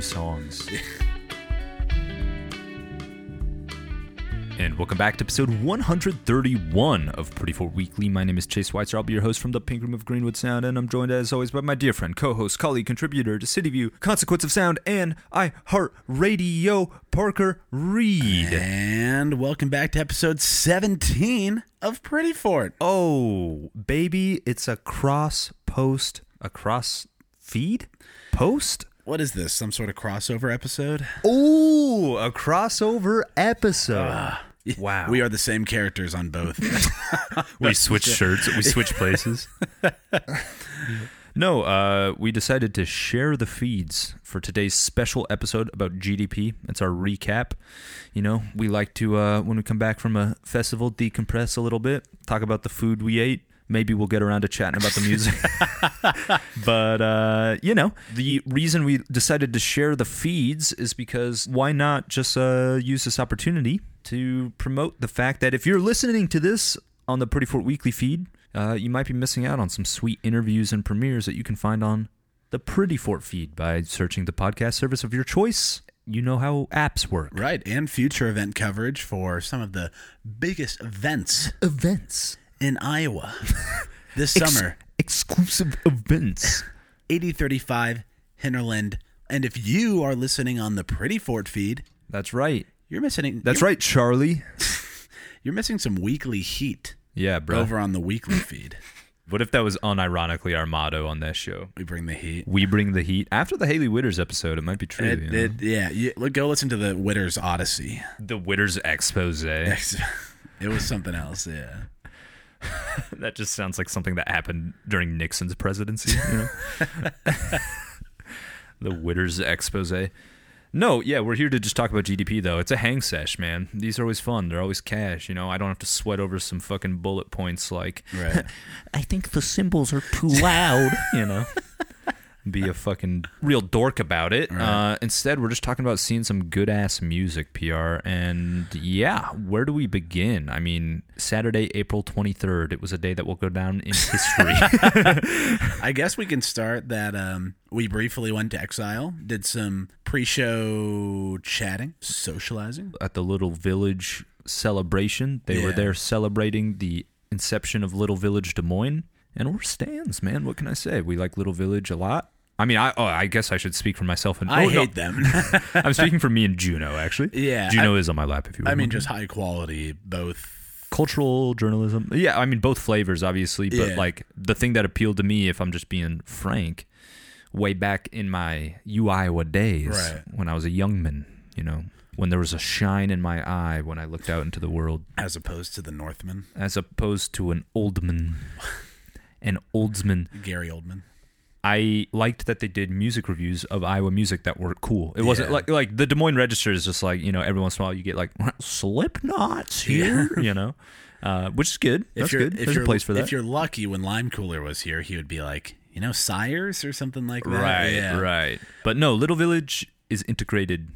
songs. and welcome back to episode 131 of Pretty Four Weekly. My name is Chase Weitzer. I'll be your host from the Pink Room of Greenwood Sound, and I'm joined as always by my dear friend, co-host, colleague, contributor to City View, Consequence of Sound, and I Heart Radio, Parker Reed. And welcome back to episode 17 of Pretty Fort. Oh, baby, it's a cross post, a cross feed post. What is this? Some sort of crossover episode? Ooh, a crossover episode. wow. Ah. We are the same characters on both. We switch shirts. We switch places. No, uh, we decided to share the feeds for today's special episode about GDP. It's our recap. You know, we like to, uh, when we come back from a festival, decompress a little bit, talk about the food we ate. Maybe we'll get around to chatting about the music. but, uh, you know, the reason we decided to share the feeds is because why not just uh, use this opportunity to promote the fact that if you're listening to this on the Pretty Fort Weekly feed, uh, you might be missing out on some sweet interviews and premieres that you can find on the Pretty Fort feed by searching the podcast service of your choice. You know how apps work. right. And future event coverage for some of the biggest events Events. in Iowa this Ex- summer exclusive events. 8035 Hinterland. And if you are listening on the Pretty Fort feed, That's right. you're missing That's you're, right, Charlie. You're missing some weekly heat Yeah, bro. over on the weekly feed. What if that was unironically our motto on that show? We bring the heat. We bring the heat. After the Haley Witters episode, it might be true. It, you know? it, yeah, you, look, go listen to the Witter's Odyssey. the Witters expose. that it was something else. Yeah. just sounds like something that happened during Nixon's presidency. You know? the Witters expose. No, yeah, we're here to just talk about GDP though. It's a hang sesh, man. These are always fun. They're always cash. You know, I don't have to sweat over some fucking bullet points like Right. I think the symbols are too loud. you know, be a fucking real dork about it. Uh, instead, we're just talking about seeing some good ass music PR. And yeah, where do we begin? I mean, Saturday, April 23rd, it was a day that will go down in history. I guess we can start that um, we briefly went to exile, did some pre show chatting, socializing. At the Little Village celebration, they were Yeah. there celebrating the inception of Little Village Des Moines. And we're stands, man. What can I say? We like Little Village a lot. I mean, I oh, I guess I should speak for myself. And I oh, no. hate them. I'm speaking for me and Juno, actually. Yeah, Juno is on my lap. If you, I mean, remember. just high quality, both. cultural journalism. Yeah, I mean both flavors, obviously. But Yeah. like the thing that appealed to me, if I'm just being frank, way back in my U Iowa days Right. when I was a young man, you know, when there was a shine in my eye when I looked out into the world, As opposed to the Northmen, as opposed to an old man, an oldsman. Gary Oldman. I liked that they did music reviews of Iowa music that were cool. It wasn't Yeah. like like the Des Moines Register is just like you know every once in a while you get like Slipknot's here, you know, uh, which is good. That's good. There's a place for that. If you're lucky, when Lime Cooler was here, he would be like, you know, Sires or something like that. right, Yeah. right. But no, Little Village is integrated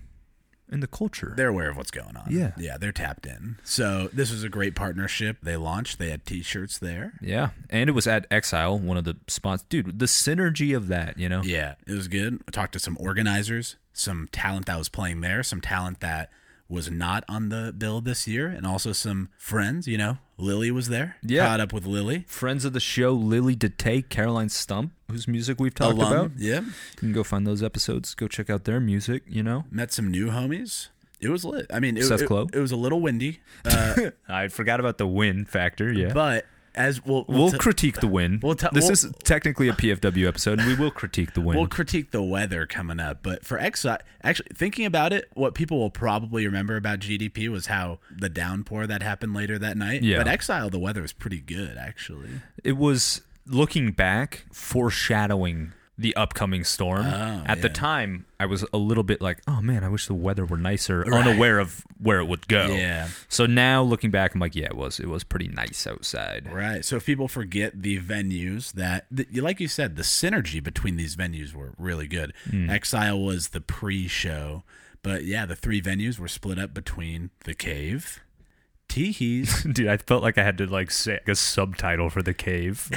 in the culture. They're aware of what's going on. Yeah. Yeah, they're tapped in. So this was a great partnership they launched. They had t shirts there. yeah, and it was at Exile, one of the spots. Dude, the synergy of that, you know. Yeah, it was good. I talked to some organizers, some talent that was playing there, some talent that was not on the bill this year, and also some friends. You know, Lily was there. Yeah. Caught up with Lily. Friends of the show, Lily DeTay, Caroline Stump, whose music we've talked Alum. about. Yeah. You can go find those episodes. Go check out their music. You know, Met some new homies. It was lit. I mean, it, Seth it, Klo? it was a little windy, uh, I forgot about the win factor. Yeah. but as we'll, we'll t- critique the win. we'll ta- this we'll- is technically a PFW episode, and we will critique the win. We'll critique the weather coming up, but for Exile, actually thinking about it, what people will probably remember about GDP was how the downpour that happened later that night. Yeah. But Exile, the weather was pretty good actually. it was looking back, foreshadowing the upcoming storm. Oh, At the time, I was a little bit like, "Oh man, I wish the weather were nicer," unaware of where it would go. Yeah. So now looking back, I'm like, "Yeah, it was. It was pretty nice outside." Right. So if people forget the venues that, th- like you said, the synergy between these venues were really good. Hmm. Exile was the pre-show, but yeah, the three venues were split up between the cave, Teehees, Dude, I felt like I had to like say a subtitle for the cave.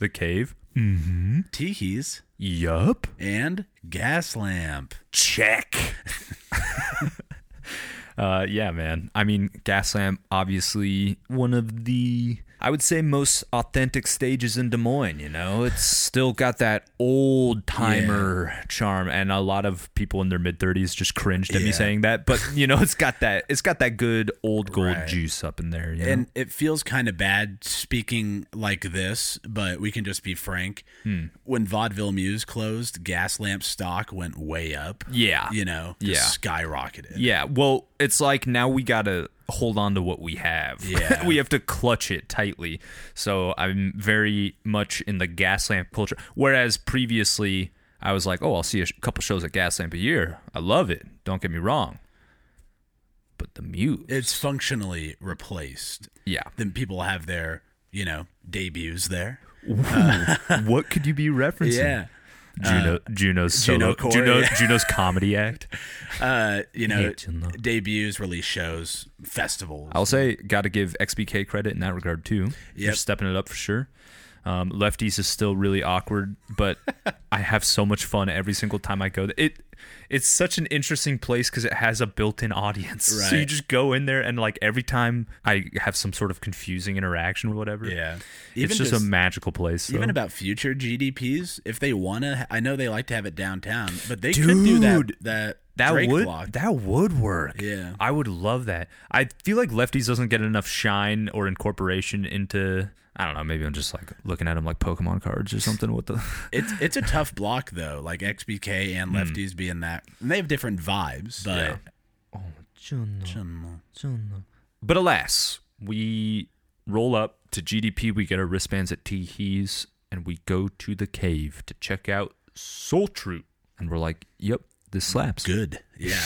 the cave. Teehees, Yup. and Gas Lamp. Check. uh, yeah, man. I mean, Gaslamp, obviously one of the, I would say, most authentic stages in Des Moines. You know, it's still got that old timer charm, and a lot of people in their mid thirties just cringed at me Yeah. saying that. But you know, it's got that, it's got that good old gold Right. juice up in there. You know? And it feels kind of bad speaking like this, but we can just be frank. Hmm. When Vaudeville Muse closed, Gas Lamp stock went way up. yeah, You know, just skyrocketed. Yeah, well, it's like now we gotta hold on to what we have. Yeah. we have to clutch it tightly. So I'm very much in the Gaslamp culture. Whereas previously, I was like, oh, I'll see a sh- couple shows at Gaslamp a year. I love it. Don't get me wrong. But the mute, It's functionally replaced. yeah. Then people have their, you know, debuts there. Uh, what could you be referencing? Yeah. Uh, Juno, Juno's Juno solo, Core, Juno, yeah. Juno's comedy act. Uh, you know, Hate to know. debuts, release shows, festivals. I'll say, got to give XBK credit in that regard too. You're Yep. stepping it up for sure. Um, lefties is still really awkward, but I have so much fun every single time I go. It it's such an interesting place because it has a built-in audience. So you Right. just go in there and like every time I have some sort of confusing interaction or whatever. yeah. it's just, a magical place. Even though. about future GDPs, if they wanna, I know they like to have it downtown, but they could do that. Dude, That that Drake would block. that would work. Yeah. I would love that. I feel like lefties doesn't get enough shine or incorporation into. I don't know. Maybe I'm just like looking at them like Pokemon cards or something. What the? It's it's a tough block though, like XBK Hmm. and lefties being that. And they have different vibes, but But alas, we roll up to GDP. We get our wristbands at Teehees, and we go to the cave to check out Soul Troop. And we're like, "Yep, this slaps." good. Yeah,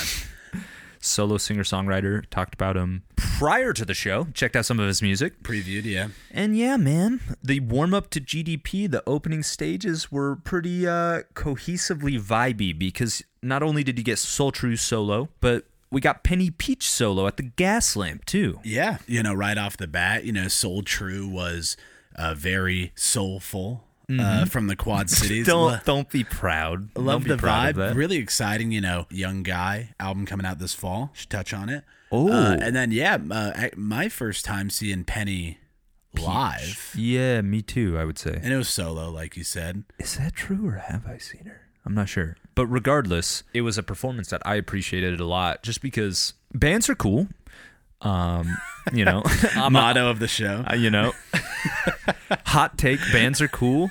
Solo singer songwriter talked about him prior to the show. Checked out some of his music. previewed. Yeah, And yeah, man, the warm up to GDP, the opening stages were pretty uh, cohesively vibey because not only did you get Soul True solo, but we got Penny Peach solo at the gas lamp too. yeah. You know, right off the bat, you know, Soul True was uh, very soulful uh, from the Quad Cities. Lo- Mm-hmm. Don't don't be proud. love Don't be the proud of vibe. that. Really exciting, you know, young guy album coming out this fall. Should touch on it. Oh. Uh, and then yeah, uh, I- my first time seeing Penny live, Yeah, me too. I would say. and it was solo, like you said. Is that true, or have I seen her? I'm not sure. But regardless, it was a performance that I appreciated a lot, just because bands are cool. Um, you know, I'm not. Motto of the show. Uh, you know, hot take bands are cool,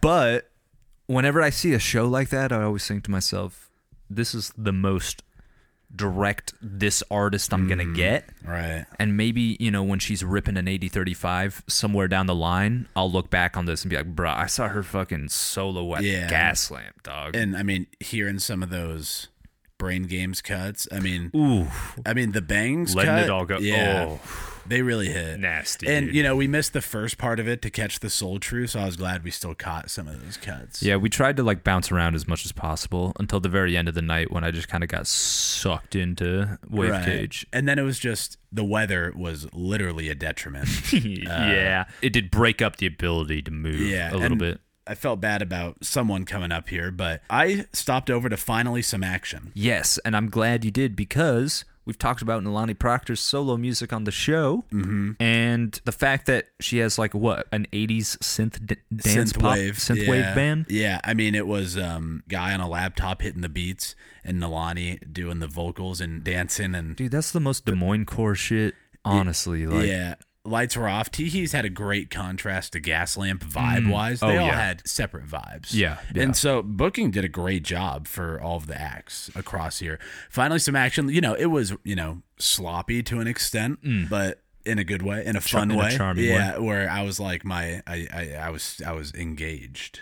but whenever I see a show like that, I always think to myself, this is the most direct this artist I'm going Mm-hmm. to get. right. And maybe, you know, when she's ripping an 80 35 somewhere down the line, I'll look back on this and be like, bruh, I saw her fucking solo at Yeah. Gaslamp, dog. and I mean, hearing some of those brain games cuts. I mean, Ooh, I mean the bangs. letting cut, it all go. Yeah, Oh, they really hit. nasty. And dude. you know, we missed the first part of it to catch the soul true, so I was glad we still caught some of those cuts. Yeah, we tried to like bounce around as much as possible until the very end of the night when I just kind of got sucked into wave Right. cage. And then it was just the weather was literally a detriment. yeah, it did break up the ability to move Yeah, a little and bit. I felt bad about someone coming up here, but I stopped over to finally some action. Yes, and I'm glad you did because we've talked about Nalani Proctor's solo music on the show, mm-hmm. and the fact that she has like what an '80s synth d- dance pop Synthwave, synthwave yeah. band. Yeah, I mean it was um guy on a laptop hitting the beats and Nalani doing the vocals and dancing and Dude, that's the most Des Moines core shit. Honestly, like yeah. Lights were off. Teehees had a great contrast to Gas Lamp vibe wise. They Oh, all yeah. had separate vibes. Yeah, yeah. And so Booking did a great job for all of the acts across here. Finally, some action. You know, it was, you know, sloppy to an extent, but in a good way, in a fun Mm. in a way. charming yeah, where I was like, my, I, I, I was, I was engaged.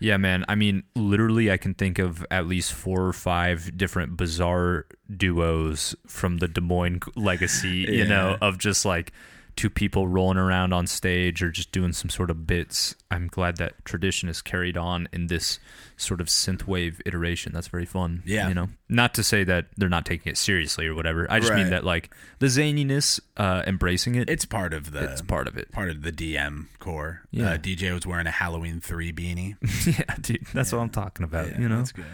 Yeah, man. I mean, literally, I can think of at least four or five different bizarre duos from the Des Moines legacy, you know, of just like two people rolling around on stage or just doing some sort of bits. I'm glad that tradition is carried on in this sort of synthwave iteration. That's very fun. Yeah. you know, not to say that they're not taking it seriously or whatever. I just Right. mean that like the zaniness, uh, embracing it, It's part of the it's part of it. part of the DM core. Yeah. Uh, DJ was wearing a Halloween three beanie. yeah, dude, that's what I'm talking about. Yeah, you know, that's good.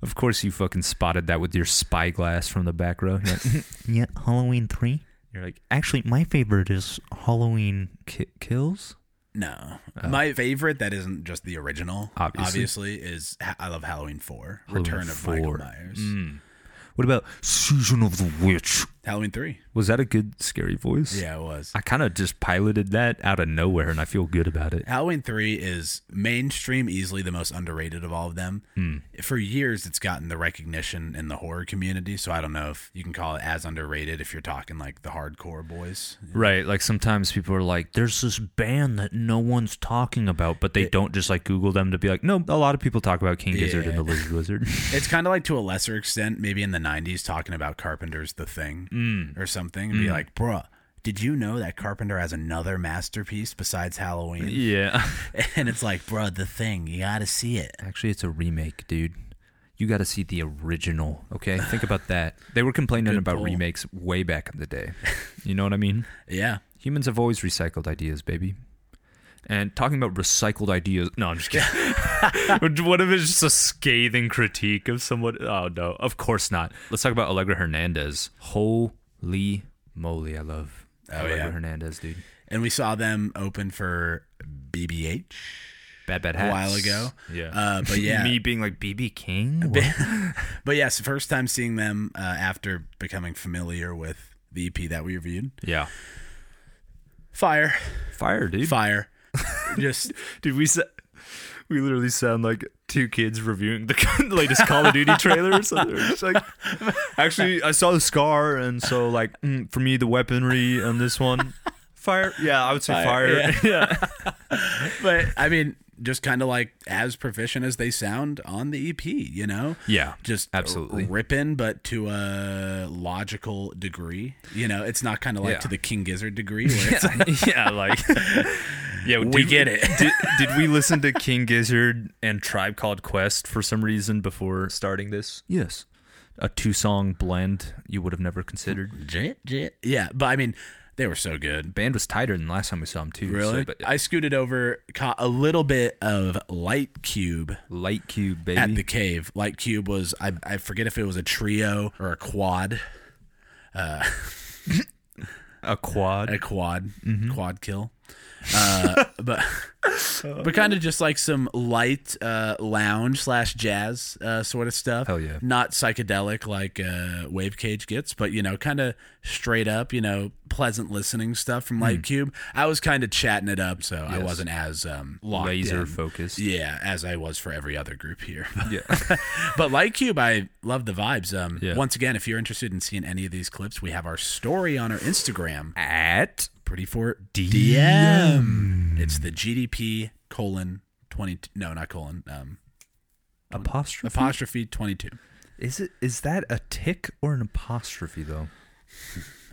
of course you fucking spotted that with your spyglass from the back row. You're like, Yeah, Halloween 3. you're like Actually, my favorite is Halloween. "Ki- kills. No, my favorite that isn't just the original. Obviously. Oh. Obviously, is Ha- I love Halloween four, Mm. Halloween Return of Michael 4. Myers, Mm. What about Season of the Witch. Halloween three. was that a good scary voice? Yeah, it was. I kind of just piloted that out of nowhere, and I feel good about it. Halloween 3 is mainstream, easily the most underrated of all of them. For years, it's gotten the recognition in the horror community, so I don't know if you can call it as underrated if you're talking like the hardcore boys. Right, like sometimes people are like, "There's this band that no one's talking about," but they don't just like Google them to be like, "No, a lot of people talk about King Gizzard and the Lizard Wizard." It's kind of like to a lesser extent, maybe in the 90s, talking about Carpenter's The Thing or something, and be like, bruh. Did you know that Carpenter has another masterpiece besides Halloween? yeah, And it's like, bruh, the thing, you gotta see it. actually, it's a remake, dude. You got to see the original. Okay, think about that. They were complaining about pull. remakes way back in the day. You know what I mean? Yeah. Humans have always recycled ideas, baby. And talking about recycled ideas, no, I'm just kidding. what if it's just a scathing critique of someone? Oh no, of course not. Let's talk about Allegra Hernandez. Holy moly, I love Allegra Oh, yeah. Hernandez, dude. And we saw them open for BBH. Bad bad a hats. while ago. yeah. uh, but yeah, me being like BB King. but yes, first time seeing them uh, after becoming familiar with the EP that we reviewed. yeah, Fire, fire, dude. fire, just Dude, we sa- we literally sound like two kids reviewing the latest Call of Duty trailer or something. We're just like, actually, I saw the scar, and so like mm, for me, the weaponry on this one, fire. Yeah, I would say fire. Fire, Yeah. but I mean, just kind of like as proficient as they sound on the EP, you know. Yeah, Just absolutely. ripping, but to a logical degree. You know, it's not kind of like Yeah. to the King Gizzard degree. Where it's like, yeah, like yeah, We get it. did, did we listen to King Gizzard and Tribe Called Quest for some reason before starting this? Yes, a two-song blend you would have never considered. "Jet, jet." yeah, but I mean, they were so good. Band was tighter than last time we saw him too. so- Really? but I scooted over, caught a little bit of Light Cube Light Cube, baby. at the cave. Light Cube was I, I forget if it was a trio or a quad, a quad. a quad, Mm-hmm. quad kill. Uh, but Oh, but kind of just like some light uh, lounge slash jazz uh, sort of stuff. Hell yeah. Not psychedelic like uh, Wave Cage gets, but you know, kind of straight up, you know, pleasant listening stuff from Light Cube. I was kind of chatting it up, so I Mm. Yes. wasn't as um, locked laser in. focused. Yeah, as I was for every other group here. Yeah. but Light Cube, I love the vibes. Um, Yeah. Once again, if you're interested in seeing any of these clips, we have our story on our Instagram, At pretty for DM. It's the GDP colon twenty. No, not colon. Um, apostrophe. apostrophe twenty two. Is it is that a tick or an apostrophe though?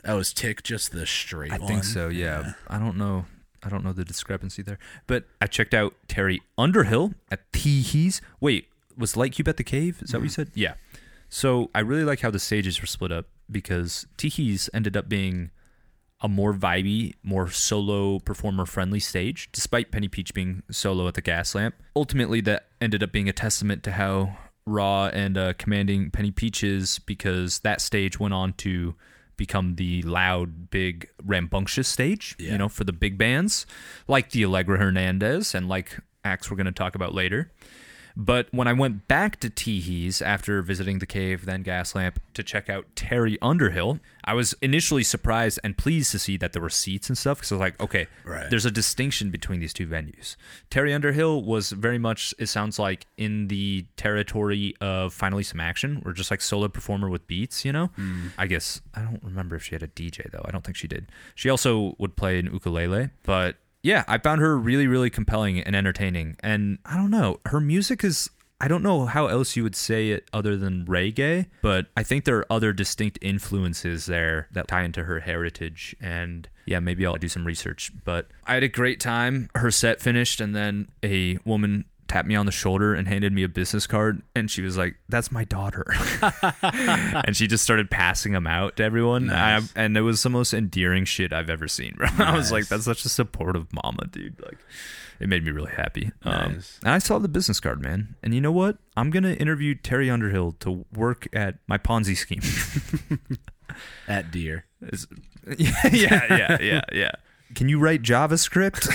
Oh, is tick just the straight I one? think so. Yeah. I don't know. I don't know the discrepancy there. But I checked out Terry Underhill at Teehees. Wait, was Light Cube at the cave? Is that what Mm-hmm. you said? Yeah. So I really like how the stages were split up because Teehees ended up being a more vibey, more solo performer friendly stage, despite Penny Peach being solo at the gas lamp. Ultimately, that ended up being a testament to how raw and uh, commanding Penny Peach is because that stage went on to become the loud, big, rambunctious stage, you know, for the big bands like the Allegra Hernandez and like acts we're going to talk about later. But when I went back to Teehees after visiting the cave, then Gaslamp, to check out Terry Underhill, I was initially surprised and pleased to see that there were seats and stuff because I was like, okay, Right. there's a distinction between these two venues. Terry Underhill was very much, it sounds like, in the territory of finally some action or just like solo performer with beats, you know? I guess, I don't remember if she had a DJ though. I don't think she did. She also would play an ukulele, but yeah, I found her really, really compelling and entertaining. And I don't know, her music is. I I don't know how else you would say it other than reggae, but I think there are other distinct influences there that tie into her heritage. And yeah, maybe I'll do some research. But I had a great time. Her set finished, and then a woman tapped me on the shoulder and handed me a business card and she was like that's my daughter and she just started passing them out to everyone Nice. I, and it was the most endearing shit i've ever seen bro. i was like Nice. that's such a supportive mama dude like it made me really happy um, Nice. and i saw the business card man and you know what i'm gonna interview terry underhill to work at my ponzi scheme At deer. It's- yeah yeah yeah yeah can you write javascript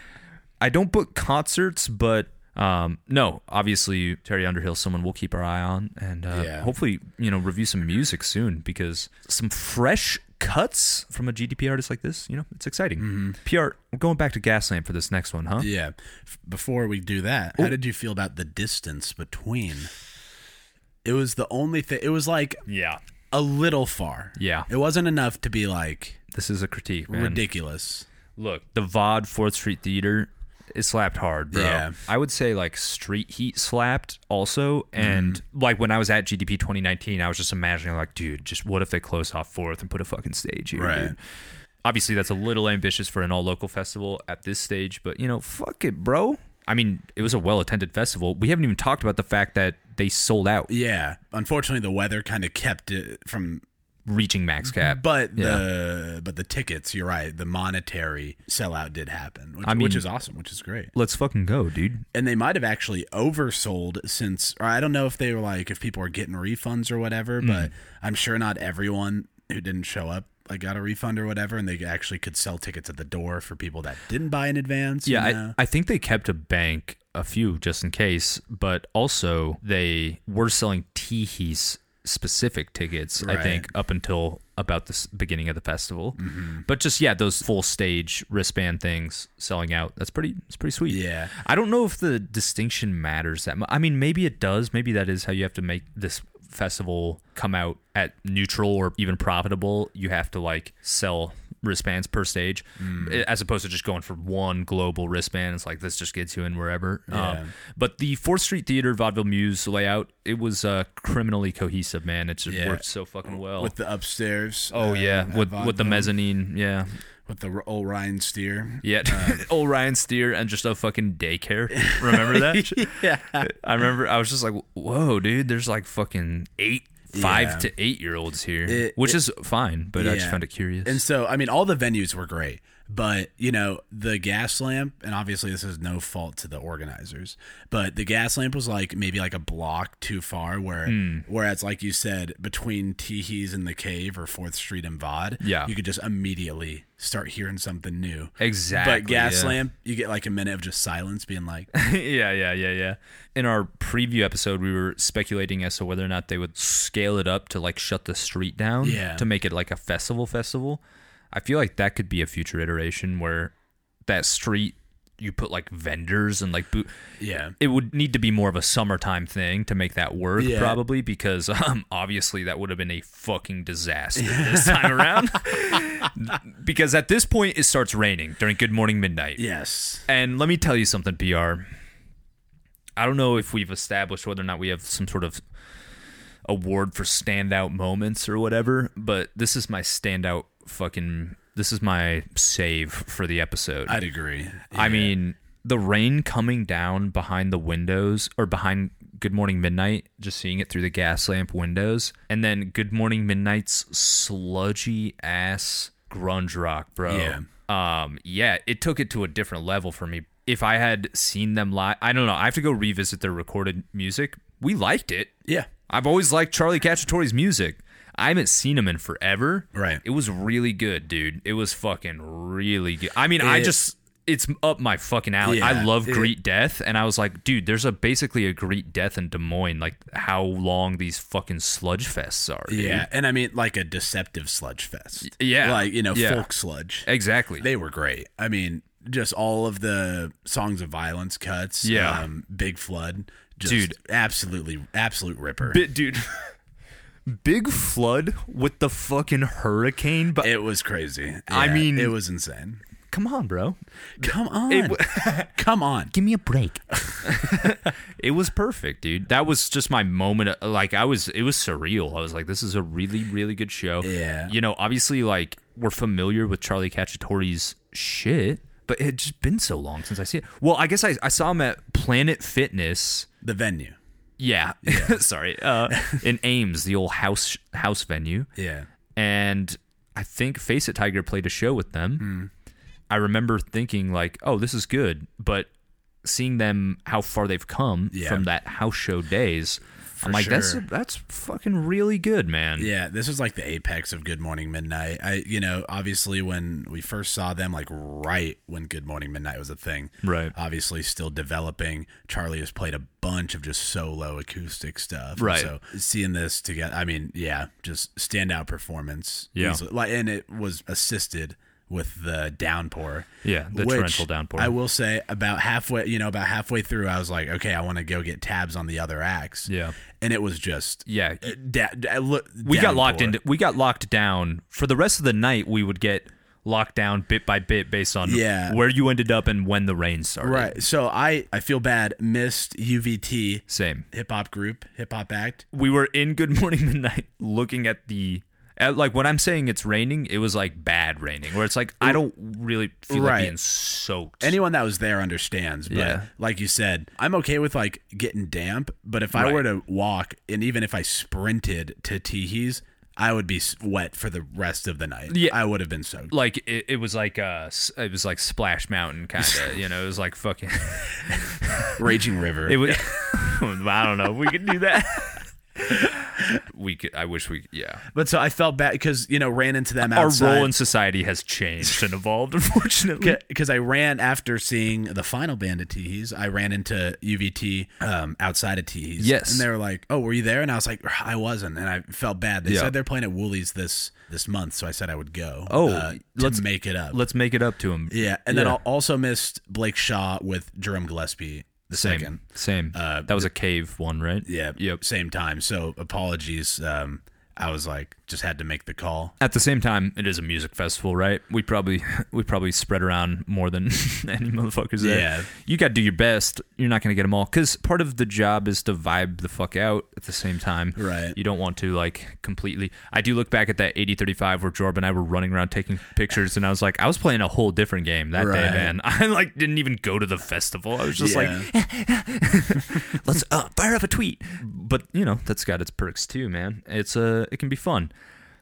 I don't book concerts, but um, no, obviously Terry Underhill, someone we'll keep our eye on, and uh, Yeah. hopefully you know review some music soon because some fresh cuts from a GDP artist like this, you know, it's exciting. PR, we're going back to Gaslamp for this next one, huh? Yeah. F- Before we do that, how did you feel about the distance between? It was the only thing. It was like Yeah, a little far. Yeah. It wasn't enough to be like this is a critique, man. ridiculous. Look, the VOD Fourth Street Theater. It slapped hard, bro. Yeah. I would say like Street Heat slapped also, and Mm-hmm. like when I was at GDP 2019, I was just imagining like, dude, just what if they close off Fourth and put a fucking stage here, Right. dude? Obviously, that's a little ambitious for an all local festival at this stage, but you know, fuck it, bro. I mean, it was a well attended festival. We haven't even talked about the fact that they sold out, Yeah. Unfortunately, the weather kind of kept it from. reaching max cap. Mm-hmm. But the but the tickets, you're right. The monetary sellout did happen, which, I which mean- is awesome, which is great. Let's fucking go, dude. And they might have actually oversold since, or I don't know if they were like if people were getting refunds or whatever. Hmm. But I'm sure not everyone who didn't show up like got a refund or whatever, and they actually could sell tickets at the door for people that didn't buy in advance. you Yeah, know? I, I think they kept a bank, a few just in case, but also they were selling Teehee's specific tickets, I Right. think, up until about the s- beginning of the festival. Mm-hmm. But just, yeah, those full stage wristband things selling out. That's pretty, it's pretty sweet. Yeah. I don't know if the distinction matters that much. I mean, maybe it does. Maybe that is how you have to make this festival come out at neutral or even profitable. You have to like sell wristbands per stage Mm. i- as opposed to just going for one global wristband. It's like this just gets you in wherever. Um, but the Fourth Street Theater Vaudeville Muse layout, it was uh, criminally cohesive, man. It just Yeah. worked so fucking well. with the upstairs. oh uh, yeah, at with with the Vaudeville, mezzanine, yeah, with the r- old Ryan Steer. yeah. Uh. Old Ryan Steer and just a fucking daycare. Remember that? Yeah, I remember I was just like, whoa, dude, there's like fucking eight, five Yeah. to eight year olds here, It- which is fine, but I just Yeah. found it curious. and so I mean, all the venues were great, but you know, the gas lamp, and obviously this is no fault to the organizers, but the gas lamp was like maybe like a block too far, where Hmm. whereas like you said, between Teehees and the Cave or Fourth Street and Vod, Yeah. you could just immediately start hearing something new. exactly. but gas yeah. lamp, you get like a minute of just silence, being like, yeah, yeah, yeah, yeah. In our preview episode, we were speculating as to whether or not they would scale it up to like shut the street down Yeah. to make it like a festival festival. I feel like that could be a future iteration where that street you put like vendors and like boot yeah, it would need to be more of a summertime thing to make that work Yeah. probably because um, obviously that would have been a fucking disaster this time around because at this point it starts raining during good morning midnight yes, and let me tell you something pr i don't know if we've established whether or not we have some sort of award for standout moments or whatever but this is my standout fucking this is my save for the episode I'd agree. I mean, the rain coming down behind the windows or behind Good Morning Midnight, just seeing it through the gas lamp windows, and then Good Morning Midnight's sludgy ass grunge rock, bro. Yeah. Um, yeah, it took it to a different level for me. If I had seen them live, I don't know. I have to go revisit their recorded music. We liked it. yeah, I've always liked Charlie Cacciatore's music. I haven't seen him in forever. Right. It was really good, dude. It was fucking really good. I mean, I It- just it's up my fucking alley. I Yeah, love it- Greet Death, and I was like, dude, there's a basically a Greet Death in Des Moines. Like how long these fucking sludge fests are? dude. Yeah, and I mean like a deceptive sludge fest. Yeah, like you know yeah. folk sludge. Exactly. They were great. I mean, just all of the songs of violence cuts. Yeah. um, big flood. Just Dude. absolutely, absolute ripper. Bi- dude. Big flood with the fucking hurricane, but it was crazy. I Yeah, mean- it was insane. Come on, bro. Come on. It w- Come on. Give me a break. It was perfect, dude. That was just my moment. of- Like I was, it was surreal. I was like, this is a really, really good show. Yeah. You know, obviously, like we're familiar with Charlie Cacciatore's shit, but it had just been so long since I see it. Well, I guess I, I saw him at Planet Fitness. The venue. Yeah. Sorry. Uh, in Ames, the old house house venue, Yeah. and I think Face It Tiger played a show with them. Hmm. I remember thinking like, "Oh, this is good," but seeing them how far they've come Yeah. from that house show days, I'm like, "That's sure. that's fucking really good, man." Yeah, this is like the apex of Good Morning Midnight. I, you know, obviously when we first saw them, like right when Good Morning Midnight was a thing, Right. Obviously, still developing. Charlie has played a bunch of just solo acoustic stuff, Right. So seeing this together, I mean, yeah, just standout performance. Yeah. Easily. like and it was assisted with the downpour. Yeah, the which torrential downpour. I will say about halfway, you know, about halfway through, I was like, okay, I want to go get tabs on the other acts. Yeah. and it was just Yeah. uh, da- da- look, we got locked downpour. into we got locked down for the rest of the night. We would get locked down bit by bit based on Yeah. where you ended up and when the rain started. Right. So I I feel bad. Missed UVT Same. hip hop group, hip hop act. we were in Good Morning Midnight looking at the at like when I'm saying it's raining, it was like bad raining where it's like I don't really feel Right. like being soaked. Anyone that was there understands. But Yeah. like you said, I'm okay with like getting damp. But if I Right. were to walk, and even if I sprinted to Teehee's, I would be s- wet for the rest of the night. Yeah. I would have been soaked. like it, it was like uh s- it was like Splash Mountain kind of, you know, it was like fucking Raging River. it was I don't know if we could do that. we could I wish we yeah. but so I felt bad because you know ran into them Our outside. role in society has changed and evolved unfortunately. because I ran after seeing the final band at Teehee's. I ran into UVT um, outside of Teehee's. Yes. and they were like, "Oh, were you there?" And I was like, "I wasn't," and I felt bad. They Yeah. said they're playing at Woolies this this month, so I said I would go. Oh, uh, let's- to make it up. Let's make it up to him. yeah, and then Yeah. I also missed Blake Shaw with Jerome Gillespie the Same. second. Same. Uh, that was a cave one, right? Yeah, Yep. same time. So apologies. Um, I was like, just had to make the call. at the same time, it is a music festival, right? We probably we probably spread around more than any motherfuckers there. Yeah. You got to do your best. You're not going to get them all cuz part of the job is to vibe the fuck out at the same time. Right. You don't want to like completely I do look back at that 8035 where Jorb and I were running around taking pictures and I was like I was playing a whole different game that day, Right. man. I like didn't even go to the festival. I was just like Yeah. let's uh, fire up a tweet. But you know that's got its perks too, man. It's uh, it can be fun.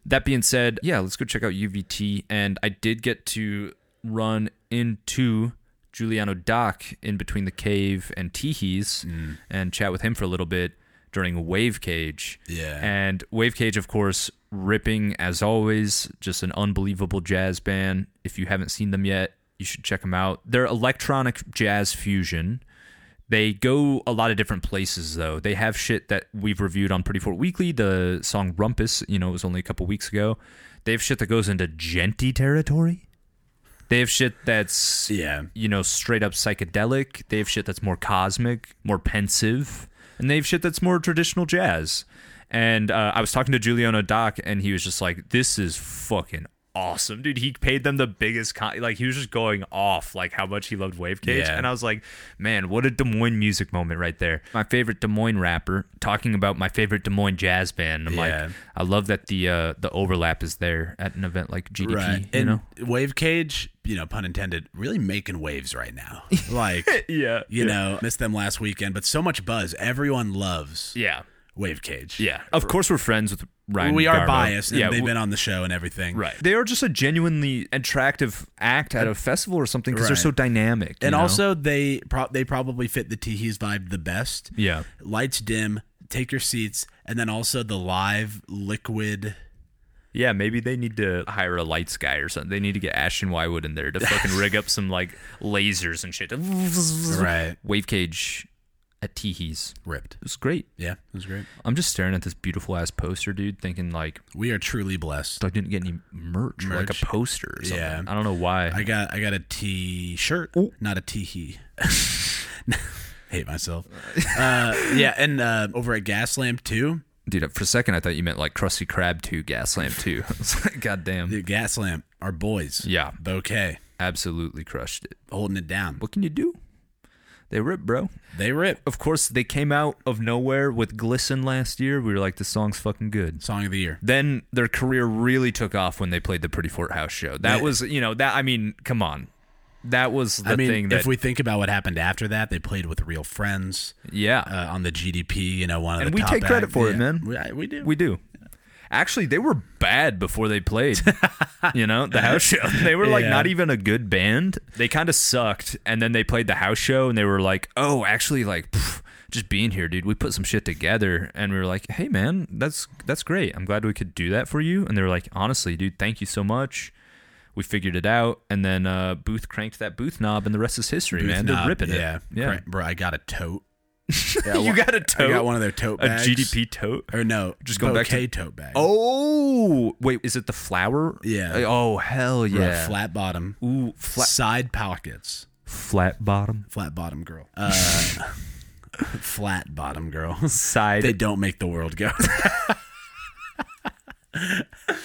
That being said, yeah, let's go check out UVT. And I did get to run into Giuliano Doc in between the cave and Teehee's and chat with him for a little bit during Wave Cage. Yeah. And Wave Cage, of course, ripping as always, just an unbelievable jazz band. If you haven't seen them yet, you should check them out. They're electronic jazz fusion. They go a lot of different places though. They have shit that we've reviewed on Pretty Fort Weekly. The song Rumpus, you know, it was only a couple weeks ago. They have shit that goes into genty territory. They have shit that's Yeah. you know, straight up psychedelic. They have shit that's more cosmic, more pensive, and they have shit that's more traditional jazz. And uh, I was talking to Giuliano Doc, and he was just like, "This is fucking awesome, dude." He paid them the biggest, con- like he was just going off, like how much he loved Wave Cage, Yeah. and I was like, "Man, what a Des Moines music moment right there." My favorite Des Moines rapper talking about my favorite Des Moines jazz band. I'm Yeah. like, I love that the uh, the overlap is there at an event like GDP. You and know, wave cage you know pun intended really making waves right now like yeah, you know missed them last weekend but so much buzz everyone loves yeah. wave cage Yeah. Of course, we're friends with Ryan. we are Garbo. biased and Yeah. they've we- been on the show and everything right. They are just a genuinely attractive act at a festival or something because Right. they're so dynamic. you and know? also they pro- they probably fit the teehees vibe the best Yeah. lights dim take your seats and then also the live liquid Yeah, maybe they need to hire a lights guy or something. They need to get Ashton Wywood in there to fucking rig up some like lasers and shit. right Wave cage at Teehee's. ripped It was great. yeah it was great I'm just staring at this beautiful ass poster, dude, thinking like we are truly blessed I didn't get any merch, or like Merch. a poster or something. Yeah. I don't know why. i got i got a t-shirt not a teehee hate myself uh, yeah and uh, over at gas lamp too dude, for a second I thought you meant like Krusty Krab 2, Gaslamp 2. I was like, God damn. Dude, Gaslamp, our boys. Yeah. Bouquet. Absolutely crushed it. holding it down. What can you do? They rip, bro. They rip. Of course, they came out of nowhere with Glisten last year. We were like, this song's fucking good. Song of the year. then their career really took off when they played the Pretty Fort House show. That Yeah. was, you know, that I mean, come on, that was the I thing mean, that, if we think about what happened after that, they played with real friends yeah, uh, on the GDP. You know, one of And the we top take credit act- for it, yeah. man. We, I- we do. we do. Actually, they were bad before they played. you know, the house show. They were like Yeah. not even a good band. They kind of sucked, and then they played the house show, and they were like, oh, actually, like. pff, just being here, dude. We put some shit together, and we were like, "Hey, man, that's that's great. I'm glad we could do that for you." And they were like, "Honestly, dude, thank you so much. We figured it out." And then uh, Booth cranked that Booth knob, and the rest is history, Booth man. knob, They're ripping yeah. it. Yeah, Cra- bro. I got a tote. you got a I tote, got one of their tote a bags. GDP tote. or no, Just going back to- bouquet tote bag. Oh, wait, is it the flower? Yeah. Oh, hell Bro, yeah. flat bottom, Ooh, flat side pockets, flat bottom, flat bottom girl, uh, flat bottom girl. side. They don't make the world go.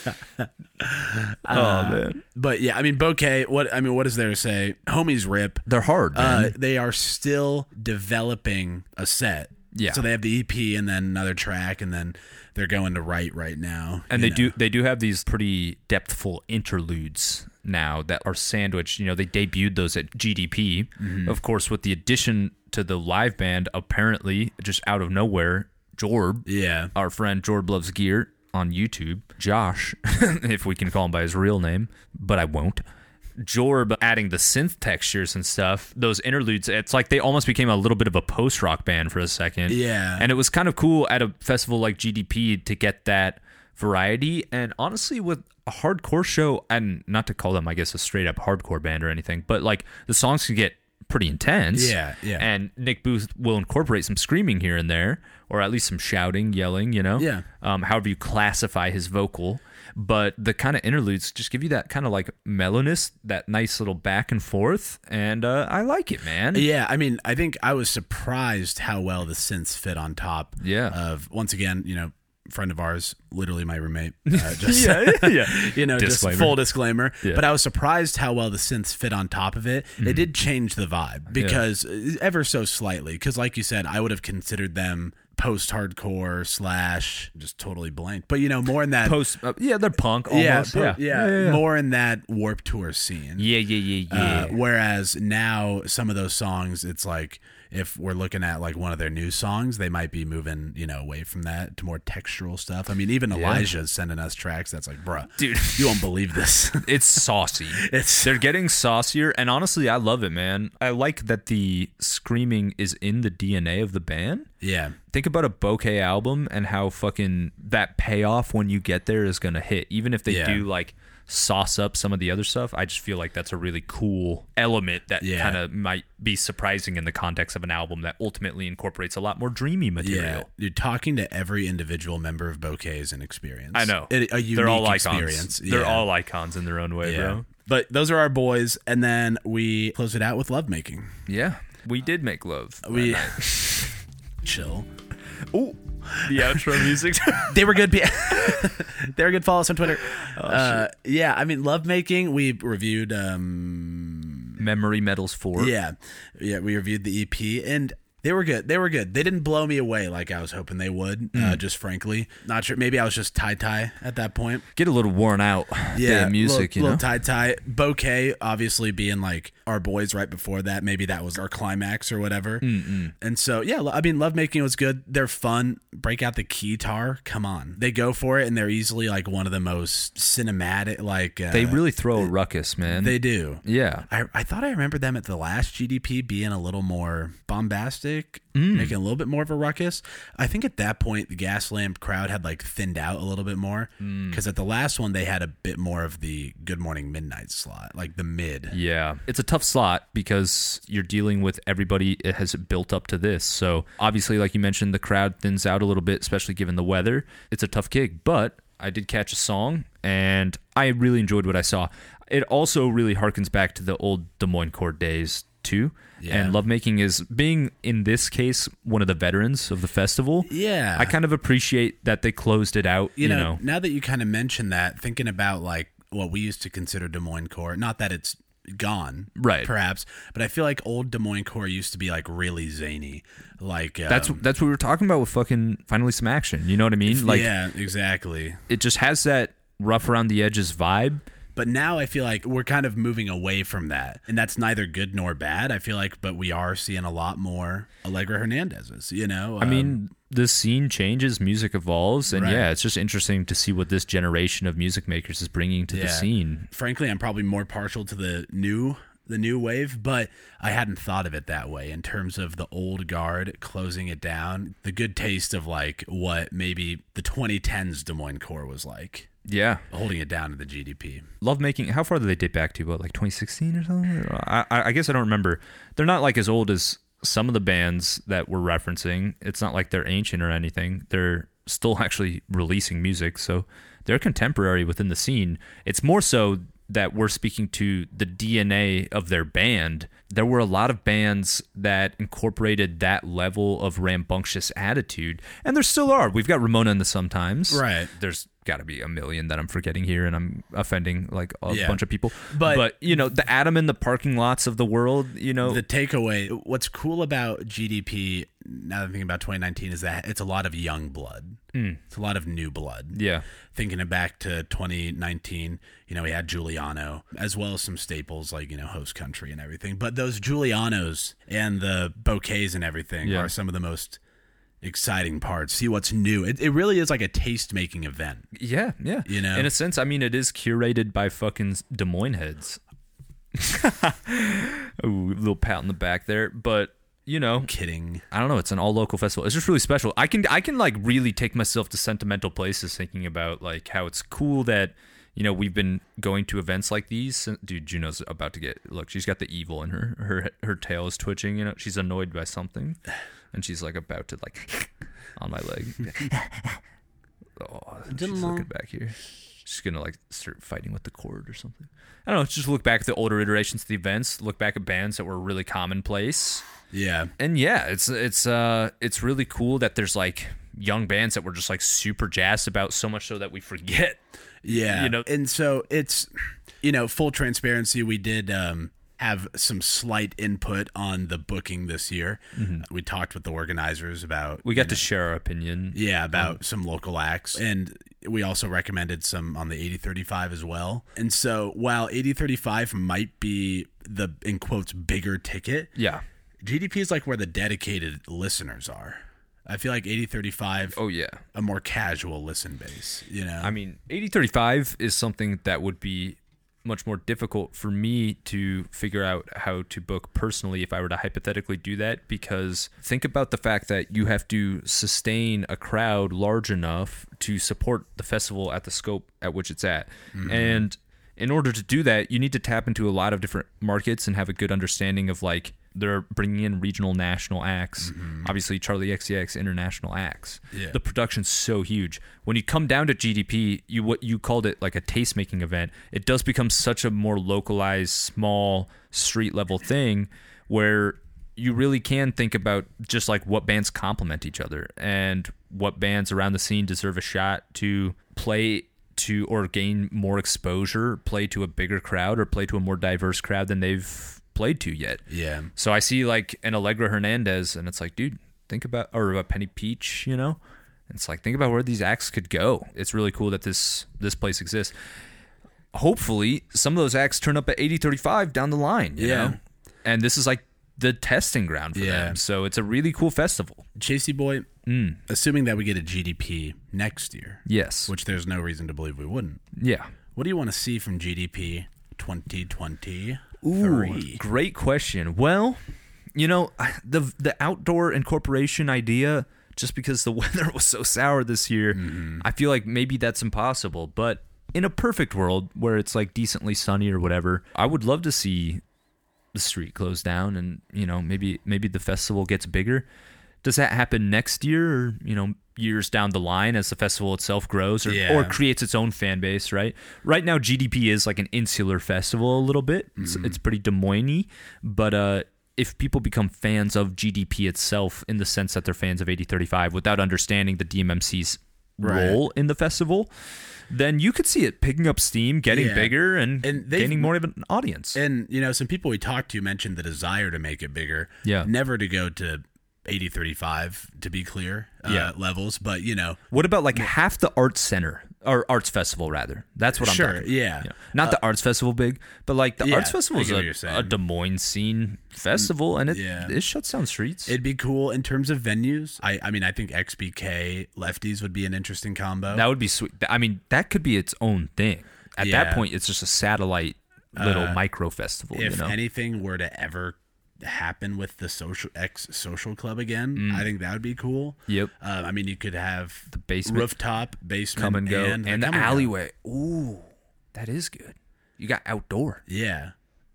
oh man, but yeah, I mean, bouquet. What I mean, what is there to say? Homies rip. they're hard, man. Uh, they are still developing a set. Yeah. So they have the EP and then another track, and then they're going to write right now. and they you know. do they do have these pretty depthful interludes now that are sandwiched. You know, they debuted those at GDP, Mm-hmm. of course, with the addition to the live band. Apparently, just out of nowhere, Jorb Yeah. our friend Jorb Loves Gear on YouTube, Josh, if we can call him by his real name, but I won't. Jorb adding the synth textures and stuff, those interludes, it's like they almost became a little bit of a post rock band for a second. Yeah. And it was kind of cool at a festival like GDP to get that variety. And honestly, with a hardcore show, and not to call them, I guess, a straight up hardcore band or anything, but like the songs can get pretty intense. Yeah, yeah. And Nick Booth will incorporate some screaming here and there, or at least some shouting, yelling, you know? Yeah. Um, however you classify his vocal. But the kind of interludes just give you that kind of like mellowness, that nice little back and forth. And uh, I like it, man. Yeah, I mean, I think I was surprised how well the synths fit on top. Yeah. Of once again, you know, friend of ours, literally my roommate. Uh, just, yeah. You know, Disclaimer. just full disclaimer. Yeah. Mm-hmm. But I was surprised how well the synths fit on top of it. It did change the vibe because uh, ever so slightly. Because, like you said, I would have considered them post-hardcore slash just totally blank. But you know, more in that. Post, uh, yeah, they're punk yeah, almost. yeah, yeah, yeah, yeah. more in that warp tour scene. Yeah, yeah, yeah, yeah. Uh, whereas now some of those songs, it's like if we're looking at like one of their new songs, they might be moving you know away from that to more textural stuff. I mean, even Elijah's sending us tracks that's like, bruh, Dude. you won't believe this. it's saucy. It's- they're getting saucier, and honestly, I love it, man. I like that the screaming is in the DNA of the band. yeah, Think about a bouquet album and how fucking that payoff when you get there is gonna hit. Even if they Yeah. do like sauce up some of the other stuff, I just feel like that's a really cool element that Yeah. kind of might be surprising in the context of an album that ultimately incorporates a lot more dreamy yeah. material. You're talking to every individual member of Bouquet is an experience. I know. It, a unique They're all icons. experience. They're Yeah. all icons in their own way, yeah. bro. But those are our boys, and then we close it out with lovemaking. Yeah. We did make love. We chill. the outro music. they were good. Pe- they were good. Follow us on Twitter. Oh, uh, yeah, I mean, lovemaking. We reviewed. Um, Memory Metals 4. yeah, yeah, we reviewed the EP, and they were good. They were good. They didn't blow me away like I was hoping they would. Uh, Hmm. just frankly, not sure. Maybe I was just tie tie at that point. Get a little worn out. Yeah, the music, little, you know. little tie tie bouquet. Obviously, being like our boys right before that. Maybe that was our climax or whatever. And so, yeah, lo- I mean, lovemaking was good. They're fun. Break out the guitar. Come on, they go for it, and they're easily like one of the most cinematic. Like uh, they really throw a ruckus, man. they do. yeah. I, I thought I remembered them at the last GDP being a little more bombastic, Mm. making a little bit more of a ruckus. I think at that point the gas lamp crowd had like thinned out a little bit more Mm. because at the last one they had a bit more of the Good Morning Midnight slot, like the mid. Yeah. It's a tough slot because you're dealing with everybody it has built up to this. So, obviously, like you mentioned, the crowd thins out a little bit, especially given the weather. It's a tough gig, but I did catch a song and I really enjoyed what I saw. It also really harkens back to the old Des Moines Court days, too. And lovemaking is being, in this case, one of the veterans of the festival. Yeah. I kind of appreciate that they closed it out, you, know. now that you kind of mention that, thinking about like what we used to consider Des Moines Court, not that it's gone, Right. Perhaps, but I feel like old Des Moines core used to be like really zany. Like um, That's that's what we were talking about with fucking finally some action. You know what I mean? Like yeah, exactly. it just has that rough around the edges vibe. But now I feel like we're kind of moving away from that, and that's neither good nor bad. I feel like, but we are seeing a lot more Allegra Hernandez's. You know, Um, I mean, the scene changes, music evolves, and Right. yeah, it's just interesting to see what this generation of music makers is bringing to the Yeah. scene. frankly, I'm probably more partial to the new the new wave, but I hadn't thought of it that way in terms of the old guard closing it down. The good taste of like what maybe the 2010s Des Moines core was like, Yeah, holding it down to the GDP. love making. How far do they date back to? What, like 2016 or something? I, I I guess I don't remember. They're not like as old as some of the bands that we're referencing. It's not like they're ancient or anything. They're still actually releasing music, so they're contemporary within the scene. It's more so that we're speaking to the DNA of their band. There were a lot of bands that incorporated that level of rambunctious attitude, and there still are. We've got Ramona in the Sometimes, Right. there's got to be a million that I'm forgetting here, and I'm offending like a Yeah. bunch of people. But- But, you know, the Adam in the parking lots of the world, you know, The takeaway, what's cool about GDP now that I'm thinking about 2019 is that it's a lot of young blood. It's a lot of new blood. Hmm. yeah, thinking it back to 2019, you know, we had Giuliano as well as some staples like, you know, host country and everything. But those Giulianos and the bouquets and everything Yeah. are some of the most exciting parts. See what's new. It, it really is like a taste making event. yeah, yeah. You know? in a sense, I mean, it is curated by fucking Des Moines heads. Ooh, little pat on the back there, but you know, Kidding. I don't know. It's an all local festival. It's just really special. I can I can like really take myself to sentimental places thinking about like how it's cool that you know we've been going to events like these. sin- Dude, Juno's about to get look. She's got the evil in her. Her her tail is twitching. You know she's annoyed by something, and she's like about to like on my leg. oh, she's looking back here. She's gonna like start fighting with the cord or something. I don't know. Just look back at the older iterations of the events. Look back at bands that were really commonplace Yeah. and yeah, it's it's uh it's really cool that there's like young bands that we're just like super jazzed about so much so that we forget. Yeah. You know- and so it's, you know, full transparency. We did um, have some slight input on the booking this year. We talked with the organizers about Mm-hmm. We Um, got to share our opinion. Yeah, about some local acts. And we also recommended some on the 8035 as well. And so while 8035 might be the, in quotes, bigger ticket, Yeah. GDP is like where the dedicated listeners are. I feel like 8035, Oh yeah. a more casual listen base, you know? I mean, 8035 is something that would be much more difficult for me to figure out how to book personally if I were to hypothetically do that because think about the fact that you have to sustain a crowd large enough to support the festival at the scope at which it's at. And in order to do that, you need to tap into a lot of different markets and have a good understanding of like they're bringing in regional, national acts. Obviously, Charlie XCX international acts. Yeah. The production's so huge. When you come down to GDP, you what you called it like a tastemaking event. It does become such a more localized, small, street level thing where you really can think about just like what bands complement each other and what bands around the scene deserve a shot to play to or gain more exposure, play to a bigger crowd or play to a more diverse crowd than they've played to yet. yeah. So I see like an Allegra Hernandez, and it's like, dude, think about or about Penny Peach, you know? It's like think about where these acts could go. It's really cool that this this place exists. Hopefully, some of those acts turn up at eighty thirty five down the line. You Yeah. know? and this is like the testing ground for Yeah. them. So it's a really cool festival. Chasey Boy, Mm. assuming that we get a GDP next year, Yes. which there's no reason to believe we wouldn't, yeah. what do you want to see from GDP 2023? Great question. Well, you know, I- the the outdoor incorporation idea just because the weather was so sour this year, I feel like maybe that's impossible, but in a perfect world where it's like decently sunny or whatever, I would love to see the street closed down and, you know, maybe maybe the festival gets bigger. Does that happen next year or, you know, years down the line as the festival itself grows or, Yeah. or creates its own fan base, right? Right now, GDP is like an insular festival a little bit. It's, Mm-hmm. it's pretty Des Moines but uh, if people become fans of GDP itself in the sense that they're fans of 8035 without understanding the DMMC's Right. role in the festival, then you could see it picking up steam, getting Yeah. bigger, and, And they've- gaining more of an audience. And you know, some people we talked to mentioned the desire to make it bigger. Yeah. Never to go to 80 35 to be clear uh, Yeah. levels, but you know, what about like half the arts center or arts festival rather? That's what I'm sure, talking about. yeah. Yeah. Not the arts festival big, but like the Uh, yeah, arts festival I is get what you're a, saying. a Des Moines scene festival, and it yeah. it shuts down streets. It'd be cool in terms of venues. I I mean, I think XBK lefties would be an interesting combo. that would be sweet. I mean, that could be its own thing. At Yeah. Uh, that point, it's just a satellite little micro festival. if you know? anything were to ever happen with the social ex social club again, I think that would be cool. Mm. Yep. Uh, I mean, you could have the basement. rooftop, basement, come and go, and, the the come and go. alleyway. Ooh, that is good. You got outdoor. Yeah.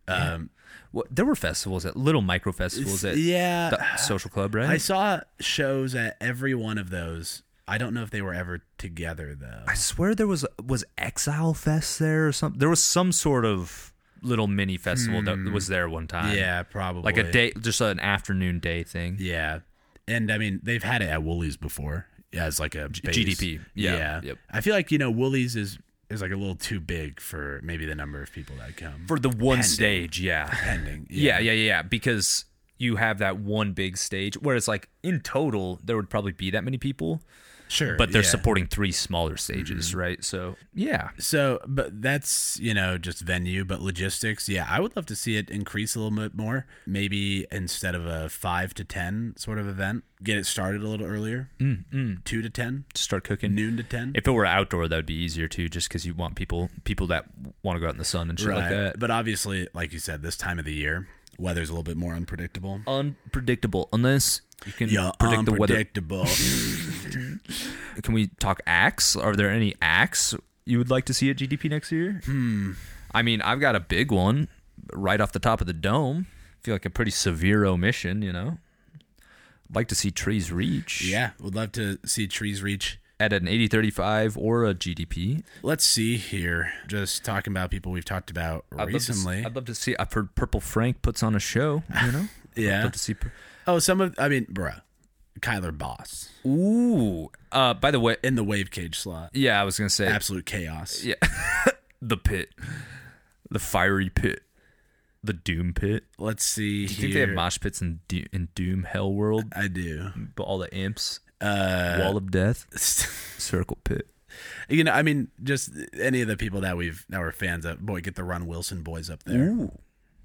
Um, What, there were festivals at little micro festivals at yeah. the social club, right? I saw shows at every one of those. I don't know if they were ever together though. I swear there was was Exile Fest there or something. There was some sort of little mini festival that was there one time. Hmm. yeah, probably like a day, just an afternoon day thing. Yeah, and I mean they've had it at Woolies before as like a base. GDP. Yeah. Yep. I feel like you know Woolies is is like a little too big for maybe the number of people that come for the one Pending. stage. Yeah. pending. yeah, yeah, yeah, yeah. Because you have that one big stage, whereas like in total there would probably be that many people, sure, but they're yeah. supporting three smaller stages, right? So yeah, So, but that's you know just venue, but logistics. Yeah, I would love to see it increase a little bit more. Maybe instead of a five to ten sort of event, get it started a little earlier. Two to ten, start cooking. noon to ten. Mm, If it were outdoor, that would be easier too, just because you want people people that want to go out in the sun and shit like that. But obviously, like you said, this time of the year, weather's a little bit more unpredictable. Unpredictable, unless you can Yeah, um, predict the weather. unpredictable. Can we talk acts? Are there any acts you would like to see at GDP next year? Hmm. I mean, I've got a big one right off the top of the dome. feel like a pretty severe omission, you know. Like to see trees reach yeah, would love to see trees reach. at an 80-35 or a GDP. Let's see here. Just talking about people we've talked about I'd love to s- recently. I'd love to see. I've heard Purple Frank puts on a show. You know, I'd yeah. love to see. Pur- Oh, some of. I mean, bruh, Kyler Boss Ooh. Uh, by the way, in the wave cage slot. yeah, I was gonna say Absolute chaos. Yeah. the pit. The fiery pit. The doom pit. Let's see Do you here. think they have mosh pits in, Do- in Doom Hell World? I do. But all the imps? Uh, Wall of Death? Circle pit. you know, I mean, just any of the people that we've that we're fans of. Boy, get the Ron Wilson boys up there.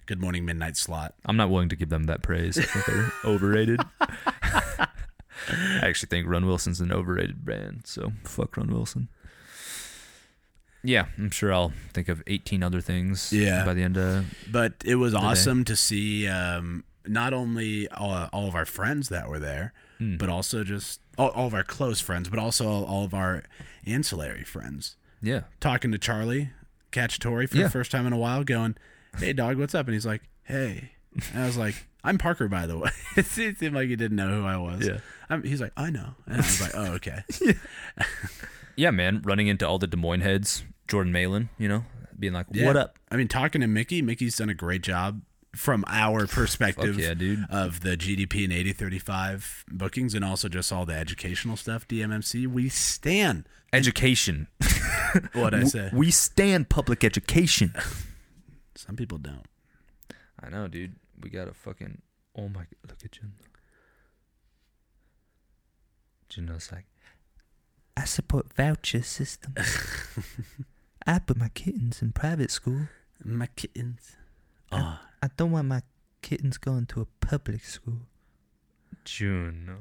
Good morning, midnight slot. I'm not willing to give them that praise. I think they're overrated. I actually think Run Wilson's an overrated brand, so fuck Run Wilson. Yeah, I'm sure I'll think of 18 other things Yeah. by the end of but it was awesome to see um, not only all, all of our friends that were there, Hmm. but also just all, all of our close friends, but also all, all of our ancillary friends. yeah. Talking to Charlie Cacciatore for Yeah. the first time in a while, going, "Hey, dog, what's up?" And he's like, "Hey," and I was like, "I'm Parker, by the way." it seemed like he didn't know who I was. Yeah. I'm, he's like, "I know," and I was like, "Oh, okay." Yeah, man, running into all the Des Moines heads, Jordan Malin, you know, being like, Yeah. "What up?" I mean, talking to Mickey, Mickey's done a great job from our perspective yeah, dude. of the GDP and 8035 bookings and also just all the educational stuff, DMMC. We stand Education. what I say. We stand public education. Some people don't. I know, dude. We got a fucking. Oh my. Look at Jin. Jin was like, I support voucher systems. I put my kittens in private school. My kittens. Oh, I don't want my kittens going to a public school. Juno.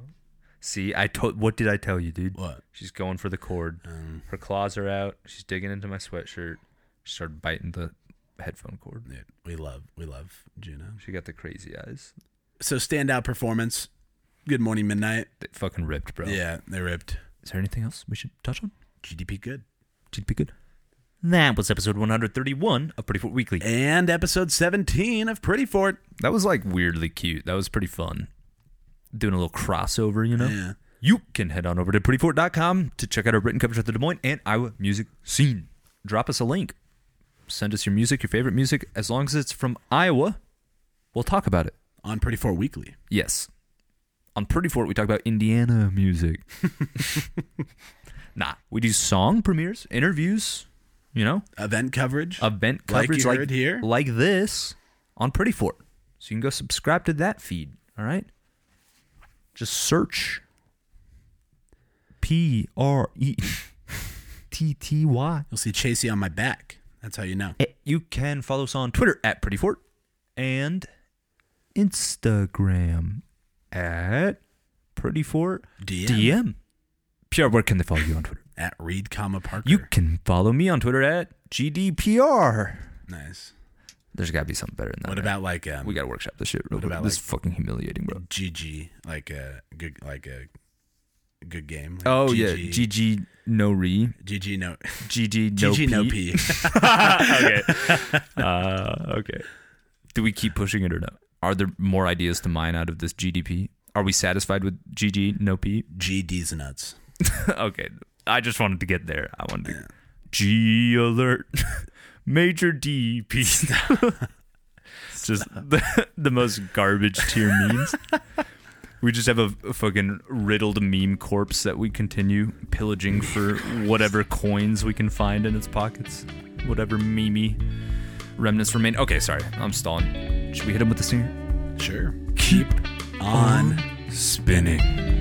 See, I told. What did I tell you, dude? what? She's going for the cord. Um, Her claws are out. She's digging into my sweatshirt. She started biting the headphone cord. dude, we love, we love Juno. She got the crazy eyes. So standout performance. Good morning, midnight. They fucking ripped, bro. Yeah, they ripped. Is there anything else we should touch on? GDP good. She'd be good. That was episode 131 of Pretty Foot Weekly. And episode 17 of Pretty Fort. That was like weirdly cute. That was pretty fun. Doing a little crossover, you know? Yeah. You can head on over to prettyfort.com to check out our written coverage of the Des Moines and Iowa music scene. Drop us a link. Send us your music, your favorite music. As long as it's from Iowa, we'll talk about it. On Pretty Fort Weekly. Yes. On Pretty Fort, we talk about Indiana music. Nah, we do song premieres, interviews, you know, Event coverage. event Like you coverage like, heard here. like this on Pretty Fort. So you can go subscribe to that feed. All right. Just search P R E T T Y. Eh, You'll see Chasey on my back. That's how you know. You can follow us on Twitter at Pretty Fort and Instagram at Pretty Fort DM, DM. Pierre, where can they follow you on Twitter? at Reed, comma Parker. You can follow me on Twitter at GDPR. nice. There's got to be something better than that. What man. about like um, We got to workshop this shit real What quick. about, this is like- fucking humiliating, bro. GG? Like a good like a good game. Like Oh GG, yeah, GG no re, GG no GG no GG no P. P. okay, uh, okay. Do we keep pushing it or no? Are there more ideas to mine out of this GDP? Are we satisfied with GG no P? GD's nuts. okay, I just wanted to get there. I wanted to G alert, major DP. just the, the most garbage tier memes. We just have a, a fucking riddled meme corpse that we continue pillaging for whatever coins we can find in its pockets, whatever mimi remnants remain. Okay, sorry, I'm stalling. Should we hit him with the singer? Sure. Keep On spinning.